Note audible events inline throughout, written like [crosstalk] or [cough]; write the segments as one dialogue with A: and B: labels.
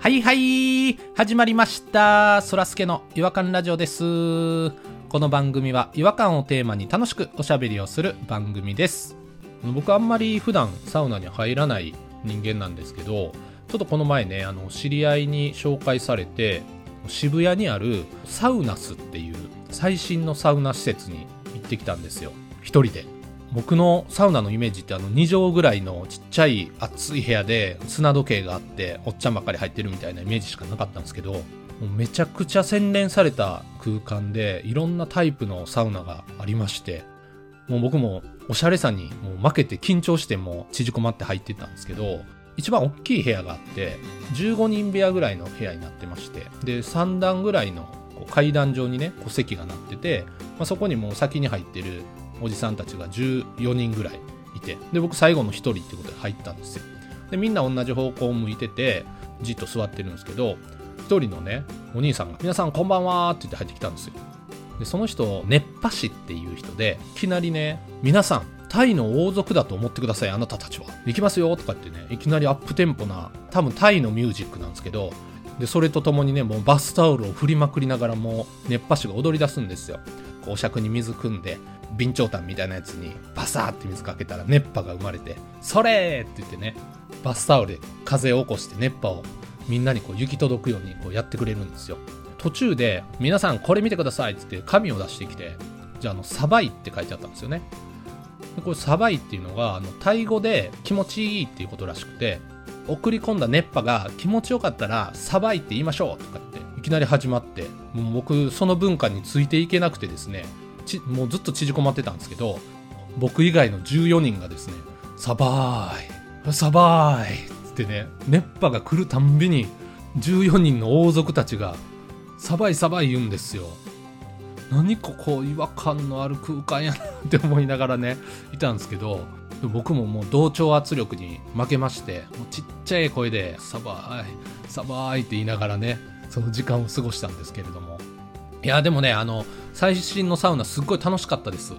A: はいはい始まりましたそらすけの違和感ラジオですこの番組は違和感をテーマに楽しくおしゃべりをする番組です僕あんまり普段サウナに入らない人間なんですけどちょっとこの前ねあの知り合いに紹介されて渋谷にあるサウナスっていう最新のサウナ施設に行ってきたんですよ一人で僕のサウナのイメージってあの2畳ぐらいのちっちゃい暑い部屋で砂時計があっておっちゃんばっかり入ってるみたいなイメージしかなかったんですけどもうめちゃくちゃ洗練された空間でいろんなタイプのサウナがありましてもう僕もおしゃれさにもう負けて緊張してもう縮こまって入ってったんですけど一番大きい部屋があって15人部屋ぐらいの部屋になってましてで3段ぐらいのこう階段状にねこう席がなってて、まあ、そこにもう先に入ってるおじさんたちが14人ぐらいいてで僕最後の1人ってことで入ったんですよでみんな同じ方向を向いててじっと座ってるんですけど1人のねお兄さんが「皆さんこんばんは」って言って入ってきたんですよでその人熱波師っていう人でいきなりね「皆さんタイの王族だと思ってくださいあなたたちは」「行きますよ」とかってねいきなりアップテンポな多分タイのミュージックなんですけどでそれとともにねもうバスタオルを振りまくりながらもう熱波師が踊り出すんですよこうお酌に水汲んで備長炭みたいなやつにバサーって水かけたら熱波が生まれて「それ!」って言ってねバスタオルで風を起こして熱波をみんなにこう行き届くようにこうやってくれるんですよ途中で「皆さんこれ見てください」っつって紙を出してきて「じゃああのサバイ」って書いてあったんですよねでこれサバイっていうのがあのタイ語で気持ちいいっていうことらしくて送り込んだ熱波が気持ちよかったらサバイって言いましょうとかっていきなり始まってもう僕その文化についていけなくてですねちもうずっと縮こまってたんですけど僕以外の14人がですね「サバーイサバーイ」っつってね熱波が来るたんびに14人の王族たちが「サバイサバイ」言うんですよ。何ここ違和感のある空間やなって思いながらねいたんですけどでも僕ももう同調圧力に負けましてもうちっちゃい声で「サバーイサバーイ」って言いながらねその時間を過ごしたんですけれどもいやでもねあの最新のサウナすっごい楽しかったです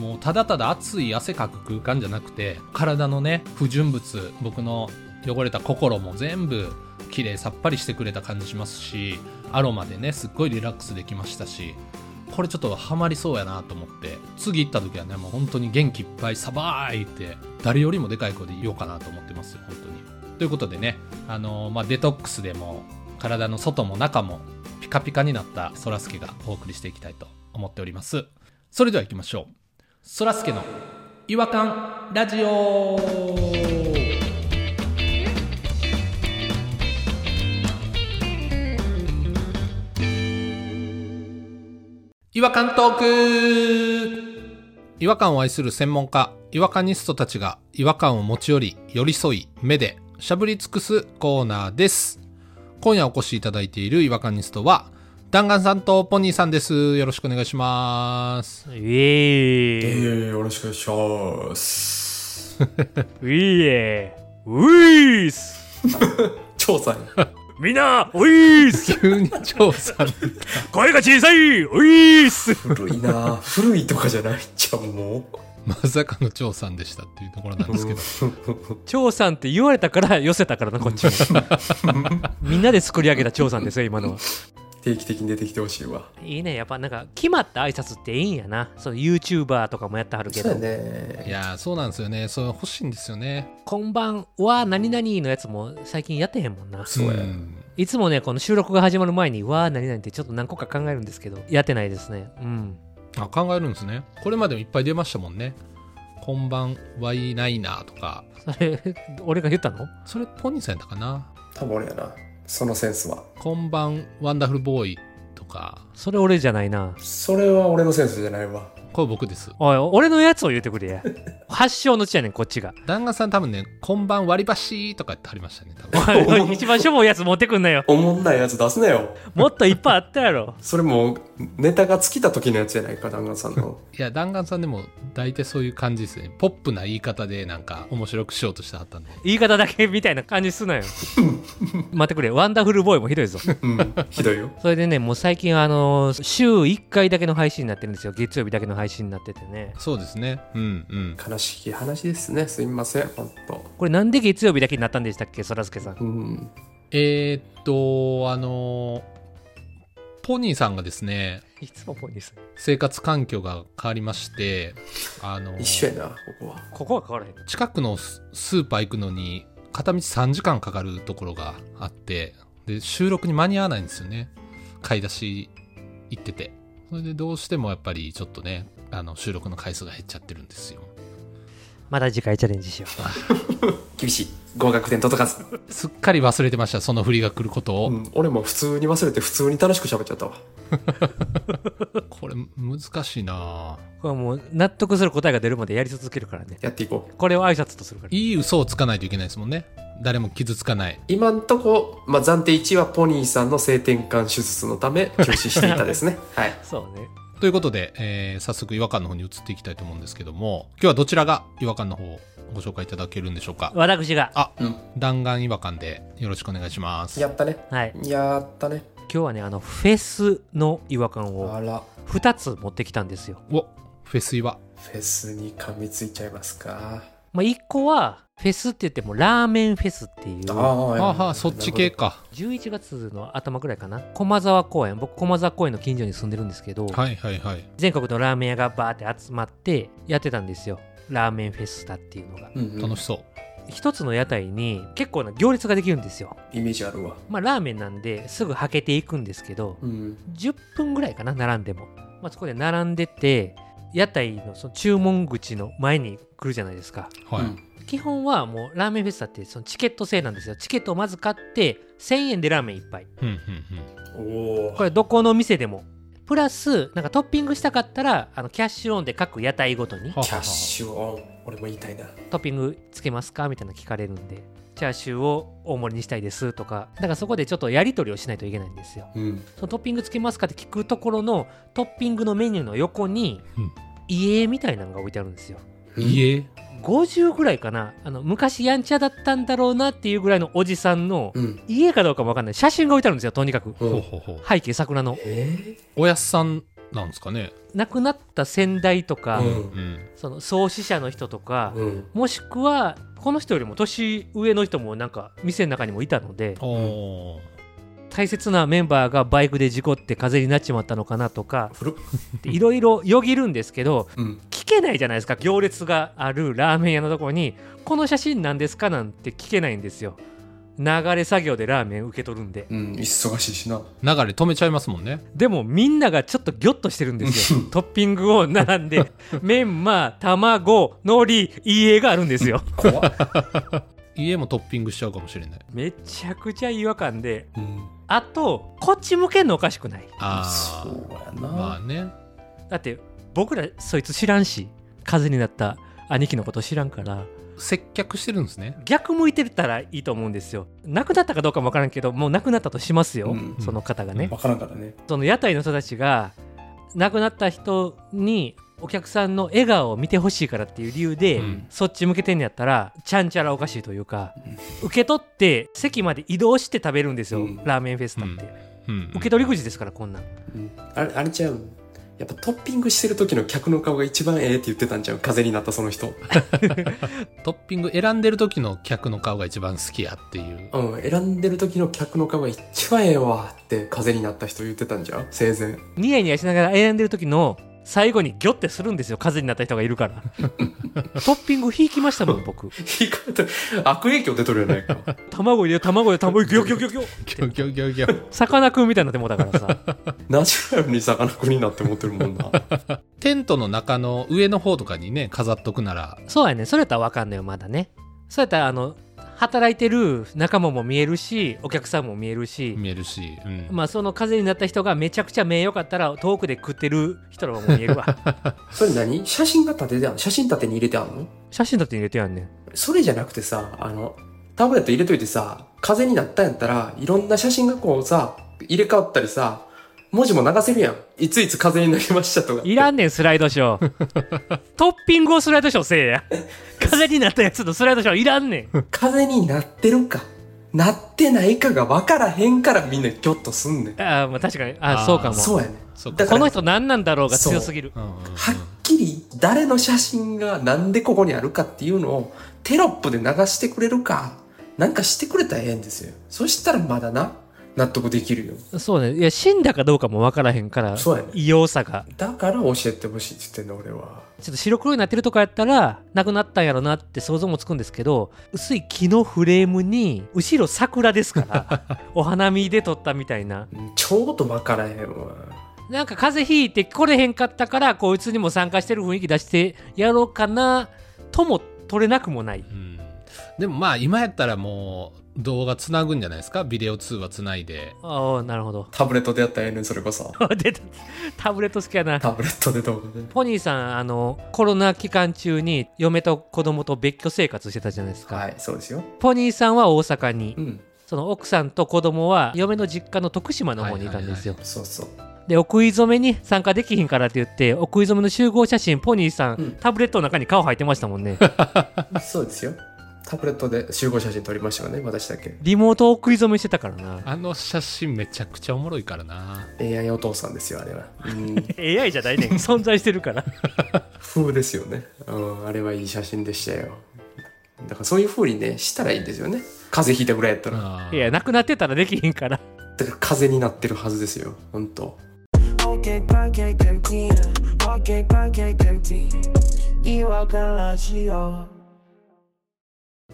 A: もうただただ熱い汗かく空間じゃなくて体のね不純物僕の汚れた心も全部綺麗さっぱりしてくれた感じしますしアロマでねすっごいリラックスできましたしこれちょっとハマりそうやなと思って次行った時はねもう本当に元気いっぱいサバーイって誰よりもでかい声で言おうかなと思ってますよ本当にということでねあのまあデトックスでも体の外も中もピカピカになったそらすけがお送りしていきたいと思っておりますそれでは行きましょうそらすけの違和感ラジオ違和感トーク違和感を愛する専門家違和感ニストたちが違和感を持ち寄り寄り添い目でしゃぶり尽くすコーナーです今夜お越しいただいている違和感ニストは弾丸さんとポニーさんですよろしくお願いします
B: ウィ
C: え
B: ー
C: ー、よろしくお願いします。
B: ウィーウィース
C: 調査員。
B: みんなウィース
A: 急に調査
B: 声が小さいウィース
C: 古い [laughs] なぁ古いとかじゃないじゃん、も
A: [laughs] まさかの張さんでしたっていうところなん
C: う。
A: ですけど、
B: 張さんって言われたから寄せたからなこっちも [laughs] みんなで作り上げた張さんですよ今のは
C: 定期的に出てきてほしいわ。
B: いいねやっぱなんか決まった挨拶っていいんやなその YouTuber とかもやってはるけど、
C: ね
A: いやーそうなんですよねそれ欲しいんですよね
B: こんばんは何々のやつも最近やってへんもんな
C: そうや。
A: ん
B: いつもねこの収録が始まる前にわー何々ってちょっと何個か考えるんですけどやってないですねうん
A: あ考えるんですねこれまでもいっぱい出ましたもんね「こんばんはいないな」とか
B: それ俺が言ったの
A: それポニーさんやったかな
C: 多分俺やな。そのセンスは。
A: 「こんばんワンダフルボーイ」とか
B: それ俺じゃないな
C: それは俺のセンスじゃないわ。
A: これ僕です
B: おい俺のやつを言うてくれ [laughs] や発祥の地やねんこっちが
A: 旦那さん多分ね「こんばん割り箸」とかってありましたね多分
B: おいおい [laughs] 一番しょぼいやつ持ってくんな [laughs] よ
C: おもんないやつ出すなよ。
B: もっといっぱいあったやろ
C: それもう、ネタが尽きた時のやつじゃないか、弾丸さん [laughs] の。
A: いや弾丸さんでも大体そういう感じですねポップな言い方でなんか面白くしようとしてはったんで
B: 言い方だけみたいな感じすな [laughs] よ待ってくれワンダフルボーイもひどい [laughs] ぞ
C: うん、ひどいよ。
B: それでねもう最近あの週1回だけの配信になってるんですよ月曜日だけの配信になっててね
A: そうですねうんうん
C: 悲しい話ですね。すみません、ほんと。
B: これなんで月曜日だけになったんでしたっけそらすけさん
C: うん。
A: えーっと、あの、ポニーさんがですね、
B: いつもポニーさん。
A: 生活環境が変わりまして、あの、
C: 一緒やな、ここは。
B: ここは変わらへん。
A: 近くのススーパー行くのに片道3時間かかるところがあってで収録に間に合わないんですよね買い出し行っててそれでどうしてもやっぱりちょっとねあの収録の回数が減っちゃってるんですよ
B: また次回チャレンジしよ
C: 厳しい。合格点届かず。
A: すっかり忘れてましたその振りが来ることを、
C: うん、俺も普通に忘れて、普通に楽しく喋っちゃったわ。
A: これ難しいなぁ
B: う。これはもう納得する答えが出るまでやり続けるからね。
C: やっていこう。
B: これを挨拶とするから。
A: いい嘘をつかないといけないですもんね誰も傷つかない
C: 今んとこ、まあ、暫定1位はポニーさんの性転換手術のため、
A: [laughs]
C: 中止していたですね。はい。
B: そうね。
A: ということで、えー早速違和感の方に移っていきたいと思うんですけども今日はどちらが違和感の方をご紹介いただけるんでしょうか
B: 私が。
A: あ、
C: うん
A: 弾丸違和感でよろしくお願いします。
C: やったね。
B: はい。
C: やったね。
B: 今日はね、あの、フェスの違和感を
C: あら、
B: 2つ持ってきたんですよ。
A: お、フェス岩。
C: フェスに噛みついちゃいますか。
B: まあ、1個は、フェスって言っても、ラーメンフェスっていう、
C: あ
A: あはあ、そっち系。か。
B: 11月の頭くらいかな、駒沢公園、僕、駒沢公園の近所に住んでるんですけど、
A: はいはいはい。
B: 全国のラーメン屋がバーって集まってやってたんですよ。ラーメンフェスタっていうのが。
C: うんうん
A: 楽しそう。
B: 一つの屋台に結構な行列ができるんですよ。
C: イメージあるわ。
B: まあ、ラーメンなんですぐはけていくんですけど、
C: うん。
B: 10分ぐらいかな並んでも、まあ、そこで並んでて屋台のその注文口の前に来るじゃないですか
A: はい。
C: うん
B: 基本はもうラーメンフェスタってそのチケット制なんですよチケットをまず買って1000円でラーメン一杯
A: うんうん
C: おお。
B: これどこの店でもプラスなんかトッピングしたかったらあのキャッシュオンで各屋台ごとに
A: うん。
C: キャッシュオン。俺も言いたいな。
B: トッピングつけますかみたいなの聞かれるんでチャーシューを大盛りにしたいですとかだからそこでちょっとやり取りをしないといけないんですよ
C: うん。
B: そのトッピングつけますかって聞くところのトッピングのメニューの横に、
A: うん
B: 家みたいなのが置いてあるんですよ
A: うん。家
B: 50ぐらいかなあの昔やんちゃだったんだろうなっていうぐらいのおじさんの、
C: うん。
B: 家かどうかもわかんない写真が置いてあるんですよとにかく
C: うん
A: ほうほうほう。
B: 背景桜の
C: え
A: おやっさんなんですかね。
B: 亡くなった先代とか、
C: う
A: うんん。
B: その創始者の人とか、
C: うん。
B: もしくはこの人よりも年上の人もなんか店の中にもいたので
A: おー。
B: 大切なメンバーがバイクで事故って風になっちまったのかなとか
C: 古っ。
B: でいろいろよぎるんですけど
C: うん。
B: 聞けないじゃないですか行列があるラーメン屋のとこに「この写真なんですか?」なんて聞けないんですよ流れ作業でラーメン受け取るんで
C: うん。忙しいしな。
A: 流れ止めちゃいますもんね。
B: でもみんながちょっとギョッとしてるん
C: [laughs]
B: ですよトッピングを並んでメンマ卵海苔家があるんですよ
C: 怖っ。
A: 家もトッピングしちゃうかもしれない。
B: めちゃくちゃ違和感で
C: うん。
B: あとこっち向けんのおかしくない
A: あ
C: そ
A: ー。
C: うや
A: まあ
C: な。
A: ね。
B: だって僕らそいつ知らんし風になった兄貴のこと知らんから
A: 接客してるんですね。
B: 逆向いてたらいいと思うんですよ亡くなったかどうかもわからんけどもう亡くなったとしますよ、
C: うん
B: その方がね、
C: わからんからね。
B: その屋台の人たちが亡くなった人にお客さんの笑顔を見てほしいからっていう理由で、
A: うん
B: そっち向けてんやったらちゃんちゃらおかしいというか、受け取って席まで移動して食べるんですよ、
C: うん
B: ラーメンフェスタって、
A: うん。
B: 受け取り口ですからこんなん
C: うんあれ、あれちゃうやっぱトッピングしてる時の客の顔が一番ええって言ってたんちゃう風になったその人。
A: トッピング選んでる時の客の顔が一番好きやっていう。
C: うん。選んでる時の客の顔が一番ええわって風になった人言ってたんちゃう生前。
B: ニヤニヤしながら選んでる時の最後にギョってするんですよ風になった人がいる
C: [laughs]
B: からトッピング引きましたもん僕
C: 言い方悪影響出とるやないか。
B: 卵入れよ卵入れよ卵ギョギョギョギョ
A: ギョギョギョギョ。
B: さかなクンみたいになってもうたからさ
C: ナチュラルに魚くになって思ってるもんな。
A: テントの中の上の方とかにね、飾っとくなら
B: そうやねそれやったらわかんないよまだねそうやったらあの働いてる仲間も見えるしお客さんも見えるし、
A: 見えるし。うん。
B: まあその風になった人がめちゃくちゃ目良かったら遠くで食ってる人らも見える [laughs] わ
C: それ何写真が立ててあんの写真立てに入れてあんの
B: 写真だって入れてやんねん
C: それじゃなくてさ、あの、タブレット入れといてさ、風になったんやったら、いろんな写真がこうさ、入れ替わったりさ、文字も流せるやん。いついつ風になりましたとか。
B: いらんねんスライドシ [laughs] ョートッピングをスライドショーせえや風になったやつのスライドショーいらんねん
C: 風になってるか、なってないかが分からへんからみんなギョッとすんねん。
B: あーまあ確かにあ
A: あー
B: ーそうかも
C: そうやねん。
A: そう
C: だ
A: か。
C: から
B: この人何なんだろうが強すぎる
A: うんうんうん
C: はっきり誰の写真がなんでここにあるかっていうのをテロップで流してくれるか、なんかしてくれたらええんですよそしたらまだな納得できるよ
B: そうねいや死んだかどうかも分からへんから
C: そうやね
B: 異様さが
C: だから教えてほしいって言ってんの俺は
B: ちょっと白黒になってるとかやったらなくなったんやろなって想像もつくんですけど薄い木のフレームに後ろ桜ですからお花見で撮ったみたいな
C: うんちょうど分からへんわ
B: なんか風邪ひいて来れへんかったからこいつにも参加してる雰囲気出してやろうかなとも取れなくもない
A: うんでもまあ今やったらもう動画つなぐんじゃないですかビデオ通話つないで
B: ああなるほど [laughs]
C: タブレットでやったらええねんそれこそ
B: 出たタブレット好きやな
C: タブレットで動画で
B: ポニーさんあのコロナ期間中に嫁と子供と別居生活してたじゃないですか、
C: はいそうですよ
B: ポニーさんは大阪に
C: うん
B: その奥さんと子供は嫁の実家の徳島の方にいたんですよ、
C: そうそう
B: でお食い初めに参加できひんからって言ってお食い初めの集合写真ポニーさん、
C: うん
B: タブレットの中に顔入ってましたも [laughs] んね
C: そうですよタブレットで集合写真撮りましたよね私だけ
B: リモートお食い初めしてたからな
A: あの写真めちゃくちゃおもろいからな
C: AI お父さんですよあれはう
A: [laughs]
C: ん
B: AI じゃないねん [laughs] 存在してるから
C: 風ですよねうんあれはいい写真でしたよだからそういう風にねしたらいいんですよね風邪ひいたぐらいやったら
A: あー
B: いやなくなってたらできひんから
C: だから風になってるはずですよ本当
D: Pancake, pancake, empty. Pancake, pancake, empty. Iwakan Radio.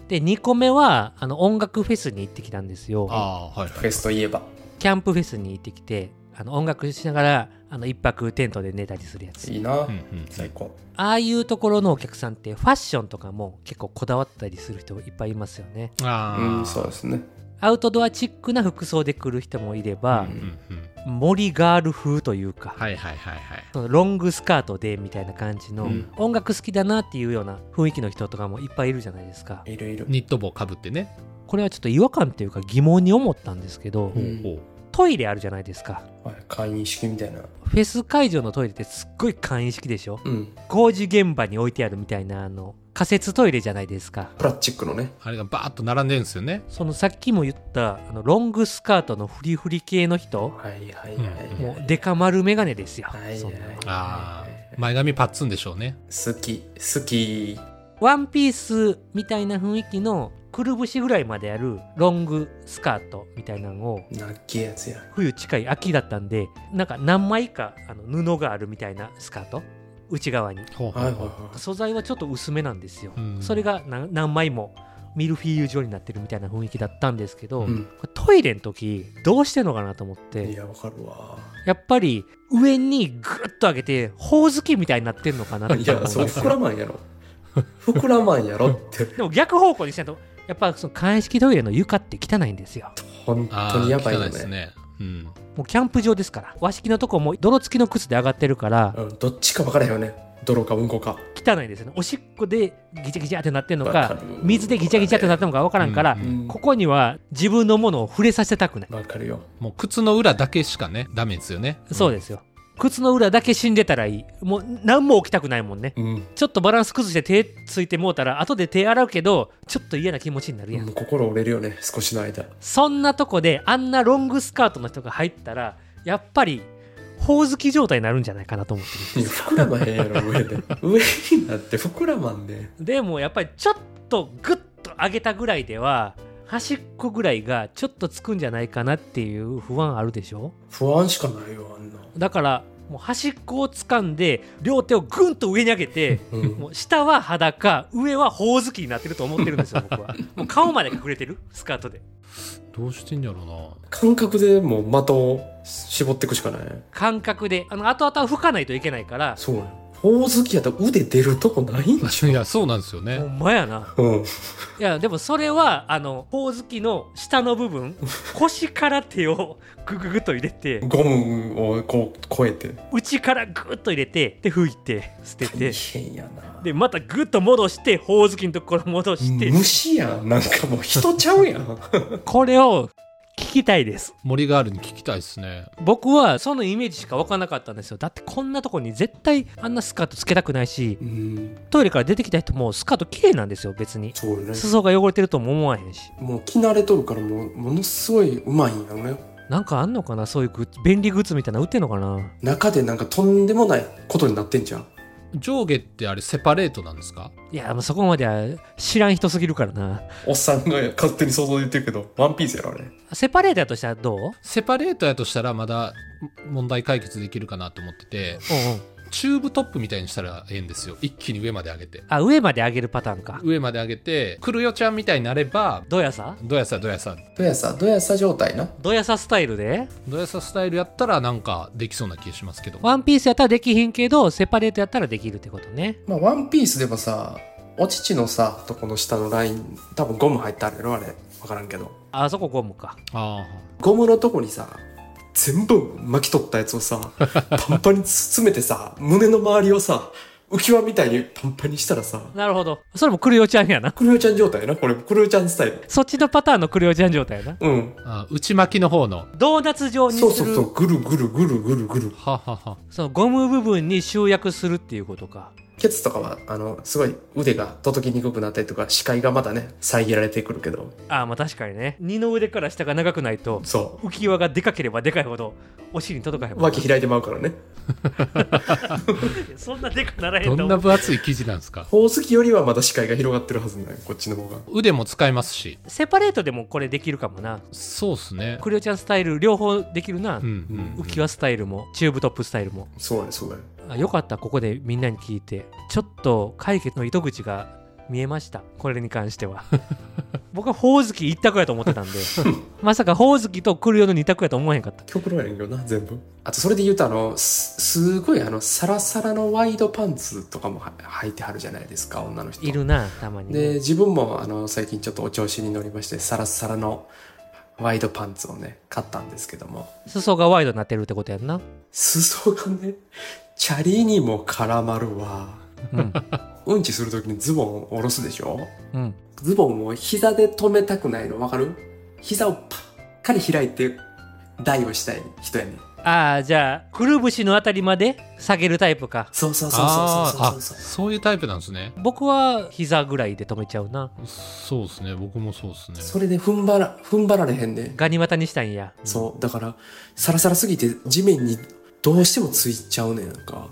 B: で2個目はあの音楽フェスに行ってきたんですよ
A: あーはいは
C: フェスといえば
B: キャンプフェスに行ってきてあの音楽しながらあの一泊テントで寝たりするやつ
C: いいな、
A: い、うんうん、
C: 最高
B: ああいうところのお客さんってファッションとかも結構こだわったりする人いっぱいいますよね
A: あ
C: う
A: ー
C: んそうですね
B: アウトドアチックな服装で来る人もいれば
A: う、んうん
B: 森ガール風というか、
A: はいはいはいはい
B: そのロングスカートでみたいな感じの、
C: うん
B: 音楽好きだなっていうような雰囲気の人とかもいっぱいいるじゃないですか
C: いるいる
A: ニット帽かぶってね、
B: これはちょっと違和感というか疑問に思ったんですけど、
C: うん
A: ほうほ
B: トイレあるじゃないですか
C: はい会員式みたいな
B: フェス会場のトイレってすっごい簡易式でしょ
C: うん
B: 工事現場に置いてあるみたいなあの仮設トイレじゃないですか
C: プラスチックのね
A: うあれがバーッと並んでるんですよね
B: そのさっきも言ったあのロングスカートのフリフリ系の人
C: はいはい
A: うん
C: はい
B: もうデカ丸メガネですよ、
C: はい
B: そ
C: は
B: ん
C: い
B: なの
A: ああ前髪パッツンでしょうね
C: 好き好き
B: ワンピースみたいな雰囲気のくるぶしぐらいまであるロングスカートみたいなのを
C: なっけえやつや
B: 冬近い秋だったんでなんか何枚かあの布があるみたいなスカート内側に
A: ほうほ
C: は
A: う
C: いはい
A: ほう
C: は
B: 素材はちょっと薄めなんですよ、
A: うん
B: それが何何枚もミルフィーユ状になってるみたいな雰囲気だったんですけど、
C: い、うん、
B: これトイレの時どうしてんのかなと思っ
C: い
B: て
C: やわかるわ
B: やっぱり上にグッと上げてほおずきみたいになってんのかなって
C: [laughs]
B: 思
C: い
B: うん
C: や
B: です
C: そう
B: よ
C: 膨らまんやろ膨らまんやろって
B: でも逆方向にしないとやっぱその簡易式トイレの床って汚いんですよ
C: 本
A: あ
C: 当にやばいよ
A: ー汚
C: ね
A: いですねうん
B: もうキャンプ場ですから和式のとこも泥付きの靴で上がってるから
C: うん、どっちか分からへんよね泥かうんこか
B: 汚いですよねおしっこでギチャギチャってなってんの
C: わか
B: か
C: る
B: 水でギチャギチャってなってんのか分からんから
A: う、
C: うん
B: ここには自分のものを触れさせたくない
C: わかるよ
A: もう靴の裏だけしかねダメですよね
B: そうですよ靴の裏だけ死んでたらいいもう何も起きたくないもんね
C: うん
B: ちょっとバランス崩して手ついてもうたら後で手洗うけどちょっと嫌な気持ちになるやん、
C: もう心折れるよね少しの間
B: そんなとこであんなロングスカートの人が入ったらやっぱりほおずき状態になるんじゃないかなと思ってる
C: いや膨らまへんやろ [laughs] 上で上になって膨らまんで、
B: でもやっぱりちょっとグッと上げたぐらいでは端っこぐらいがちょっとつくんじゃないかなっていう不安あるでしょ
C: 不安しかないよあんな
B: だからもう端っこを掴んで両手をグンと上に上
A: [laughs]
B: げて
C: [laughs] うん
B: もう下は裸上はほおずきになってると思ってるんですよ
A: [laughs]
B: 僕はもう顔まで隠れてるスカートで
A: どうしてんやろう
C: 感覚でもう的を絞っていくしかない
B: 感覚であの後々は吹かないといけないから
C: そうやほおずきやったら腕出るとこないんでし
A: な [laughs] いやそうなんですよ
B: ほ
A: ね
B: んまやな
C: ょうん
B: いやでもそれはあのほおずきの下の
A: [laughs]
B: 部分腰から手をグググッと入れて
C: ゴムをこう超えて
B: 内からグーッと入れてで吹いて捨てて
C: 大変やな
B: でまたグッと戻してほおずきのところ戻して
C: 虫やんなんかもう人ちゃうやん
B: これを聞きたいです
A: 森ガールに聞きたいですね
B: 僕はそのイメージしか分からなかったんですよだってこんなとこに絶対あんなスカートつけたくないし
C: [laughs] うん
B: トイレから出てきた人もスカート綺麗なんですよ別に
C: そうよね
B: 裾が汚れてるとも思わへんし
C: もう着慣れとるからもうものすごいうまいんやね
B: なんかあんのかなそういうグッズ便利グッズみたいなの売ってんのかな
C: 中でなんかとんでもないことになってんじゃん
A: 上下ってあれセパレートなんですか
B: いやもうそこまでは知らん人すぎるからな
C: おっさんが勝手に想像で言ってるけど、ワンピースやろ、あれ。
B: セパレーターとしてはどう、うんうん、
A: セパレートやとしたらまだ問題解決できるかなと思っててチューブトップみたいにしたらええんですよ一気に上まで上げて
B: あ上まで上げるパターンか
A: 上まで上げてクルヨちゃんみたいになれば
B: どやさ
A: どやさどやさ
C: どやさ、どやさ状態な。
B: どやさスタイルで
A: どやさスタイルやったらなんかできそうな気がしますけど
B: ワンピースやったらできひんけどセパレートやったらできるってことね
C: まあ、ワンピースでもさ、お乳のさ、とこの下のライン、多分ゴム入ってあるやろ、あれ。わからんけど。
B: あそこゴムか
A: あ
C: ゴムのとこにさ、全部巻き取ったやつをさ、パンパンに詰めてさ、胸の周りをさ、浮き輪みたいにパンパンにしたらさ、
B: なるほどそれもクルヨちゃんやな
C: クルヨちゃん状態やな、これ。クルヨちゃんスタイル。
B: そっちのパターンのクルヨちゃん状態やな
C: うん。
A: あああ内巻きの方の
B: ドーナツ状にす
C: そ
B: る
C: うそうそう、ぐるぐるぐるぐるぐる。
A: ははは
B: そのゴム部分に集約するっていうことか
C: ケツとかは、あの、すごい腕が届きにくくなったりとか、視界がまだね、遮られてくるけど、
B: ああまあ確かにね二の腕から下が長くないと
C: そ
B: 浮き輪がでかければでかいほどお尻に届かへん
C: う、
B: もんな
C: 脇開いてまうからね。
B: そんなでかならへんと
A: ど
B: 思
A: ん
B: う
A: な分厚い生地なんですか
C: ほおずきよりはまだ視界が広がってるはずなんよこっちの方が。
A: 腕も使えますし
B: セパレートでもこれできるかもな
A: そうっすね
B: クリオちゃんスタイル両方できるな、
A: うんうん、うん、
B: 浮き輪スタイルもチューブトップスタイルも
C: そうやね、そうやね。
B: あよかったここでみんなに聞いてちょっと解決の糸口が見えましたこれに関して [laughs] は僕はほおずき一択やと思ってた [laughs] んでまさかほおずきとクリオの二択やと思わへんかった
C: 極論やねんけどな、全部。あと、それで言うと、あの、す、すごいあの、サラサラのワイドパンツとかもは履いてはるじゃないですか、女の人。
B: いるなたまに
C: で、自分も、あの、最近ちょっとお調子に乗りまして、サラサラのワイドパンツをね、買ったんですけども、
B: 裾がワイドになってるってことやんな
C: 裾がね、チャリにも絡まるわ。
B: うん
C: うんちするときにズボンを下ろすでしょ
B: うん
C: ズボンを膝で止めたくないのわかる膝をパッカリ開いて台をしたい人やねん
B: ああじゃあくるぶしのあたりまで下げるタイプか
C: そうそうそう
A: あ
C: そう
A: ーあ
C: そうそうそう
A: そういうタイプなんですね
B: 僕は膝ぐらいで止めちゃうな
A: そうですね僕もそうですね
C: それで踏ん張ら踏ん張られへんねん
B: ガニ股にしたんや
C: そうだからサラサラすぎて地面にどうしてもついちゃうねんなんか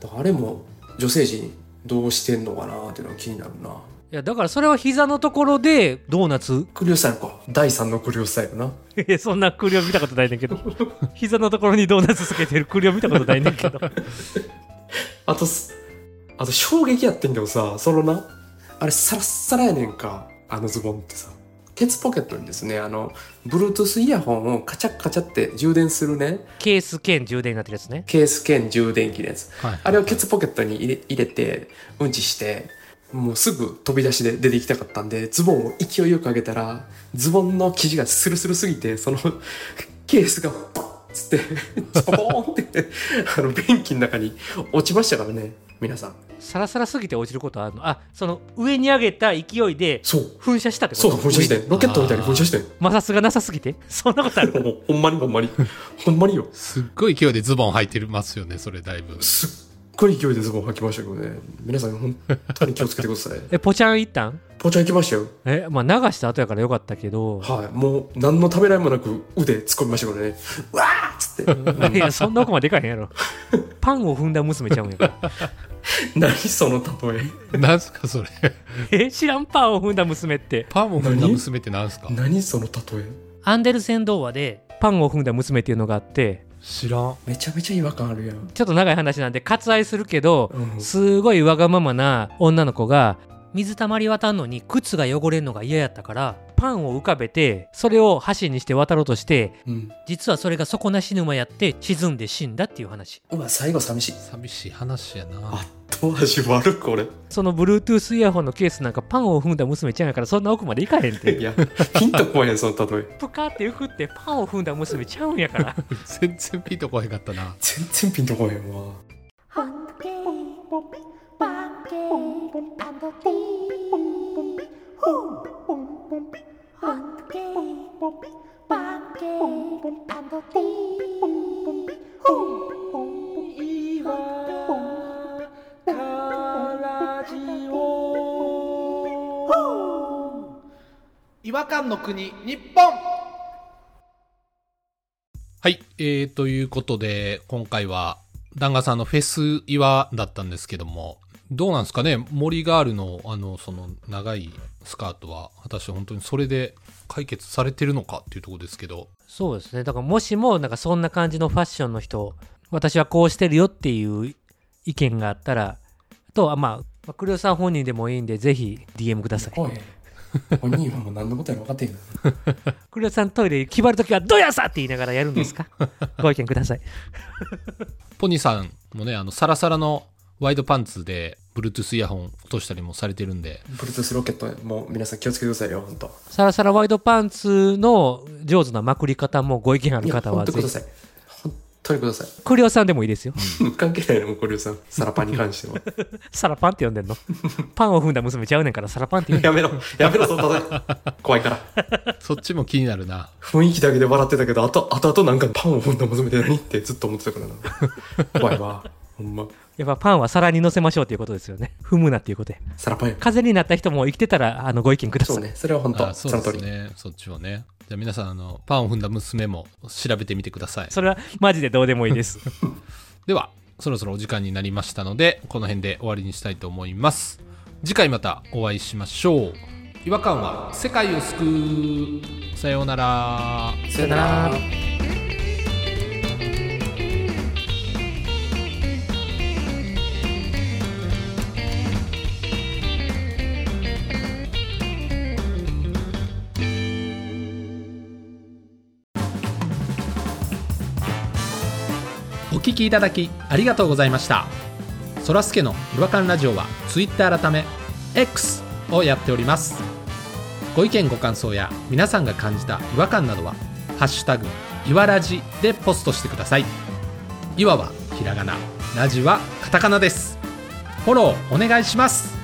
C: だからあれも女性陣どうしてんのかなーっていうのが気になるない
B: やだからそれは膝のところでドーナツ
C: クリオスタイルか第3のクリオスタイルな
B: えそんなクリオ見たことないねんだけど膝のところにドーナツつけてるクリオ見たことないねんだけど
C: あとす、あと衝撃やってんけどさ、そのな、あれサラッサラやねんか、あのズボンってさ。ケツポケットにですね、あの、Bluetooth イヤホンをカチャッカチャって充電するね、
B: [laughs] ケース兼充電になってるやつね
C: ケース兼充電器のやつ。
A: はい
C: あれをケツポケットに入れ入れて、うんちして、もうすぐ飛び出しで出て行きたかったんで、ズボンを勢いよく上げたら、ズボンの生地がスルスルすぎて、その、 [laughs] ケースがポンっつって、 [laughs] ズボーンって、あの、便器の中に落ちましたからね、皆さん。
B: サラサラすぎて落ちることあるのあその上に上げた勢いで
C: そう。
B: 噴射したってこと
C: そう、噴射してん。ロケットみたいに噴射してん。
B: 摩擦がなさすぎて [laughs] そんなことある
C: もうほんまにほんまに。ほんまによ。
A: すっごい勢いでズボン履いてますよねそれだいぶ
C: すっごい勢いでズボン履きましたけどね。皆さん本当に気をつけてください。
B: えポチャンいったん
C: ポチャン行きましたよ。
B: えまあ流した後やからよかったけど
C: はい。もう何のためらいもなく腕突っ込みましたからね。うわーっつって。
B: いやそんな奥までいかへんや
C: [laughs]
B: ろパンを踏んだ娘ちゃうんやから
C: 何その例え。
A: なんすかそれ
B: え知らんパンを踏んだ娘って
A: パンを踏んだ娘ってなんすか
C: 何その例え。
B: アンデルセン童話でパンを踏んだ娘っていうのがあって
A: 知らん
C: めちゃめちゃ違和感あるやん。
B: ちょっと長い話なんで割愛するけど、
C: うん
B: すごいわがままな女の子が水たまり渡んのに靴が汚れんのが嫌やったからパンを浮かべてそれを箸にして渡ろうとして
C: うん。
B: 実はそれが底なし沼やって沈んで死んだっていう話
C: うわ、最後寂しい。
A: 寂しい話やな
C: 後味悪く俺。
B: その Bluetooth イヤホンのケースなんかパンを踏んだ娘ちゃんやからそんな奥までいかへんって [laughs]
C: いや、ヒント怖いねん、その例え。
B: プカって浮くってパンを踏んだ娘ちゃうんやから
A: 全然ピーと怖かったな
C: 全然ピンとこへんわ。
E: Hungry,
F: 違和感の国日本
A: はいえー、ということで今回はダンガさんのフェス岩だったんですけども、どうなんですかね森ガールのあの、その長いスカートは、果たして本当にそれで解決されてるのかっていうところですけど、
B: そうですねだからもしもなんかそんな感じのファッションの人私はこうしてるよっていう意見があったらあとはまあクリオさん本人でもいいんでぜひ DM ください
C: おい本人はもう何のことやら分かってへんから
B: クリオさんトイレ決まるときは「どやさ!」って言いながらやるんですかご意見ください
A: ポニーさんもね、あの、サラサラのワイドパンツで、Bluetooth イヤホン落としたりもされてるん
C: [laughs]
A: で、
C: ブルートゥースロケットもう皆さん気をつけてくださいよ本当
B: サラサラワイドパンツの上手なまくり方もご意見ある
C: いや
B: 方
C: 本
B: は
C: 当にく
B: ぜひ
C: ださい本当にください
B: クリオさんでもいいですよ
C: 関係ないのもこれさんサラパンに関しては
B: サラパンって呼んでんのパンを踏んだ娘ちゃうねんからサラパンって言うねん
C: やめろやめろその例え怖いから
A: そっちも気になるな。
C: 雰囲気だけで笑ってたけどあとあとなんかパンを踏んだ娘で何ってずっと思ってたからな怖いわほんま
B: やっぱパンは皿に乗せましょうということですよね踏むなっていうことで
C: サラパンよ
B: 風になった人も生きてたらあのご意見ください
C: そうねそれは本当
A: あ
C: そ
A: そう
C: の通
A: です
C: り
A: ね。そっちもね。じゃあ皆さん、あの、パンを踏んだ娘も調べてみてください。
B: それはマジでどうでもいいです
A: ではそろそろお時間になりましたのでこの辺で終わりにしたいと思います次回またお会いしましょう違和感は世界を救うさようなら
C: さよなら
A: お聞きいただきありがとうございましたそらすけの違和感ラジオは Twitter 改め X をやっておりますご意見ご感想や皆さんが感じた違和感などは「ハッシュタグいわらじ」でポストしてくださいいわはひらがなラジはカタカナですフォローお願いします